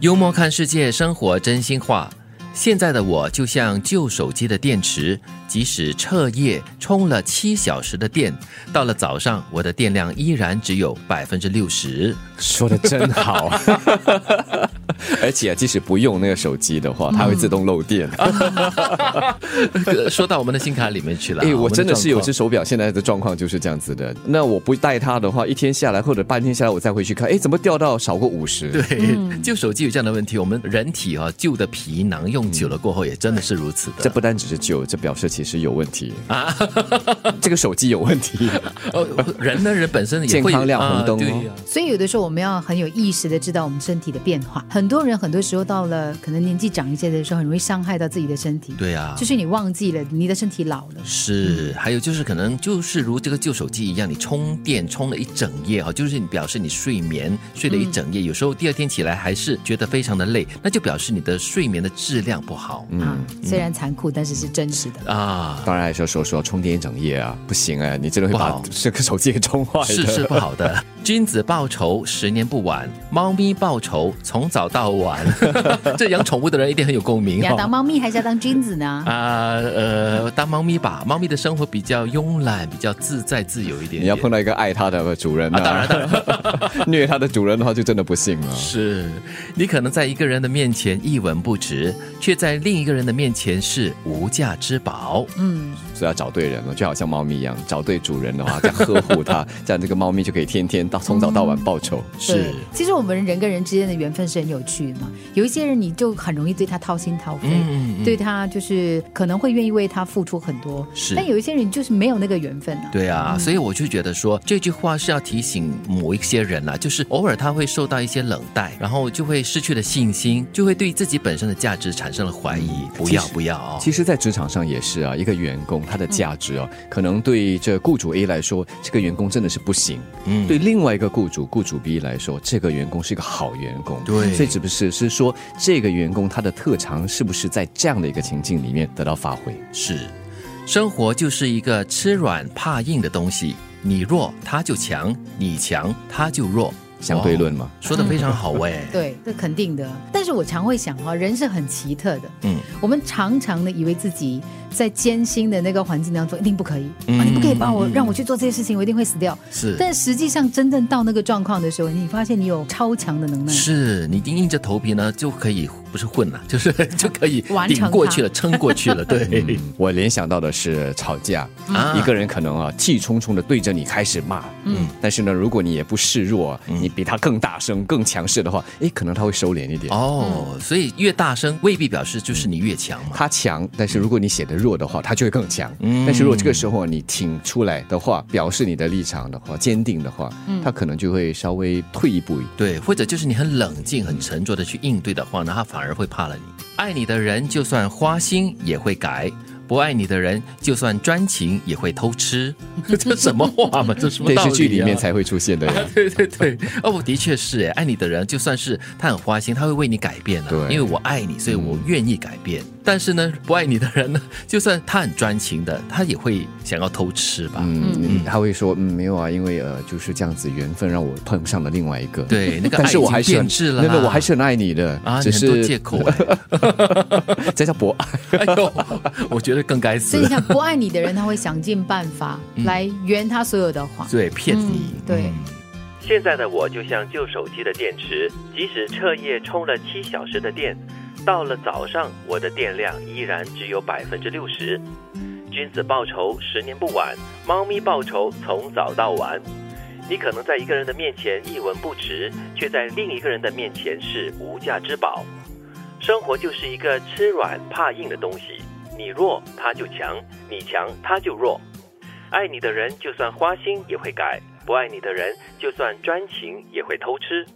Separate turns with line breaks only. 幽默看世界，生活真心话。现在的我就像旧手机的电池，即使彻夜充了七小时的电，到了早上，我的电量依然只有百分之六十。
说的真好， 而且、啊、即使不用那个手机的话，它会自动漏电。
说到我们的心卡里面去了，
哎、我
们
真的是有
状
只手表，现在的状况就是这样子的。那我不带它的话，一天下来或者半天下来，我再回去看，哎，怎么掉到少过五十？
对，嗯旧手机有这样的问题，我们人体啊旧的皮囊用久了过后也真的是如此的。
这不单只是旧，这表示其实有问 题啊，这个手机有问题，
哦，人呢人本身也会
健康亮红灯
啊
哦
对呀
所以有的时候我们要很有意识的知道我们身体的变化。很多人很多时候到了可能年纪长一些的时候，很容易伤害到自己的身体。
对呀
就是你忘记了你的身体老了。
是，还有就是可能就是如这个旧手机一样，你充电充了一整夜哈，就是你表示你睡眠睡了一整夜，有时候第二天起来还是觉得非常的累，那就表示你的睡眠的质量不好、
啊，虽然残酷，但是是真实的。
啊，
当然还是要说说充电一整夜啊，不行哎，你真的会
不
把
好
这个手机给充坏的。
是是不好的。君子报仇，十年不晚；猫咪报仇，从早到晚。这养宠物的人一定很有共鸣
你要
哦
当。猫咪还是要当君子呢？
啊呃，当猫咪吧，猫咪的生活比较慵懒，比较自在自由一点点。
你要碰到一个爱它的主人啊，
当然
然 虐它的主人的话，就真的不信了。
是你可能在一个人的面前一文不值，却在另一个人的面前是无价之宝。
嗯，
所以要找对人了，就好像猫咪一样，找对主人的话，再呵 护它，这样这个猫咪就可以天天到从早到晚报仇。
是
对。其实我们人跟人之间的缘分是很有趣的嘛。有一些人你就很容易对他掏心掏肺，
嗯嗯嗯
对他就是可能会愿意为他付出很多。
是
但有一些人就是没有那个缘分啊。
对
嗯
啊，所以我就觉得说这句话是要提醒某一些人啦、就是偶尔他会受到一些冷待，然后就会失去了信心，就会对自己本身的价值产生了怀疑。不要
其实
不要啊、
其实，在职场上也是啊，一个员工他的价值啊，可能对这雇主 A 来说，这个员工真的是不行；
嗯
对另外一个雇主雇主 B 来说，这个员工是一个好员工。
对
所以只不是是说这个员工他的特长是不是在这样的一个情境里面得到发挥？
是，生活就是一个吃软怕硬的东西，你弱他就强，你强他就弱，
相对论嘛
哇说的非常 好哎、
对，这肯定的。但是我常会想哦，人是很奇特的。
嗯，
我们常常的以为自己在艰辛的那个环境当中一定不可以，啊，你不可以把我让我去做这些事情，我一定会死掉。
嗯是。
但实际上，真正到那个状况的时候，你发现你有超强的能耐。
是你硬硬着头皮呢，就可以不是混了，就是 就可以
完成
顶
它嗯
过去了，撑过去了。 对，
我联想到的是吵架，
啊
一个人可能啊气冲冲的对着你开始骂，嗯，但是呢，如果你也不示弱，
嗯
你比他更大声、更强势的话，诶，可能他会收敛一点。
哦，所以越大声未必表示就是你越强
嗯
嘛。
他强，但是如果你写的弱的话，他就会更强。
嗯
但是如果这个时候你挺出来的话，表示你的立场的话，坚定的话，
嗯
他可能就会稍微退一步。
对，或者就是你很冷静、很沉着的去应对的话呢，他反而会怕了你。爱你的人就算花心也会改，不爱你的人就算专情也会偷吃。 这什么话嘛？这什么
电
道理、啊？
视剧里面才会出 现的呀。
对对对，哦，的确是哎，爱你的人，就算是他很花心，他会为你改变的、啊
对
因为我爱你，所以我愿意改变。但是呢，不爱你的人呢，就算他很专情的，他也会想要偷吃吧。
嗯，他会说，嗯，没有啊，因为呃，就是这样子，缘分让我碰上了另外一个。
对那个
但
爱
是我
已经
还是很
变质了啦
那个我还是很爱你的
啊，你
只
很多
是
借口哎，
这叫博爱。
哎呦，我觉得更该
所以
死
你，看，不爱你的人，他会想尽办法
嗯
来圆他所有的谎。
对，骗你。
嗯对
现在的我就像旧手机的电池，即使彻夜充了七小时的电，到了早上，我的电量依然只有百分之六十。君子报仇，十年不晚；猫咪报仇，从早到晚。你可能在一个人的面前一文不值，却在另一个人的面前是无价之宝。生活就是一个吃软怕硬的东西，你弱他就强，你强他就弱。爱你的人就算花心也会改，不爱你的人就算专情也会偷吃。